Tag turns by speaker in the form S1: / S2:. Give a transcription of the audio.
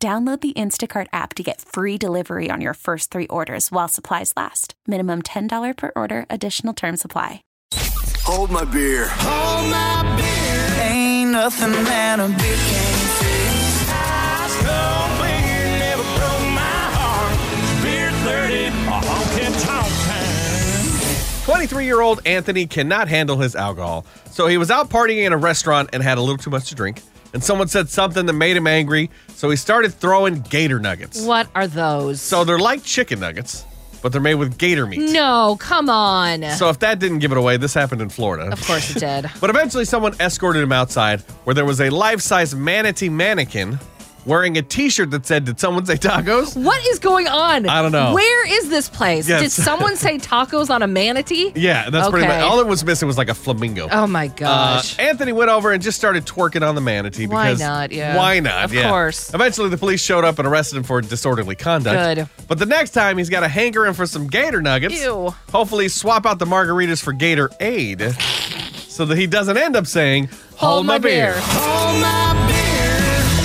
S1: Download the Instacart app to get free delivery on your first three orders while supplies last. Minimum $10 per order, additional term supply.
S2: Hold my beer. Hold my beer. Ain't nothing that a beer can't fix. Ice cold beer never broke my heart. Beer 30, a honky tonk time.
S3: 23 year old Anthony cannot handle his alcohol. So he was out partying in a restaurant and had a little too much to drink. And someone said something that made him angry. So he started throwing gator nuggets.
S4: What are those?
S3: So they're like chicken nuggets, but they're made with gator meat.
S4: no, come on.
S3: So if that didn't give it away, this happened in Florida.
S4: of course it did.
S3: But eventually, someone escorted him outside where there was a life size manatee mannequin wearing a t shirt that said, Did someone say tacos?
S4: What is going on?
S3: I don't know.
S4: Where is this place?
S3: Yes.
S4: Did someone say tacos on a manatee?
S3: Yeah, that's pretty
S4: Okay.
S3: much all it was missing was like a flamingo.
S4: Oh my
S3: Uh,
S4: gosh.
S3: Anthony went over and just started twerking on the manatee.
S4: Why
S3: because,
S4: not? Yeah.
S3: Why not?
S4: Of
S3: Yeah.
S4: course.
S3: Eventually, the police showed up and arrested him for disorderly conduct.
S4: Good.
S3: But the next time, he's got a hanger in for some gator nuggets.
S4: Ew.
S3: Hopefully, swap out the margaritas for Gator Aid, so that he doesn't end up saying, "Hold, my beer."
S2: Hold my beer.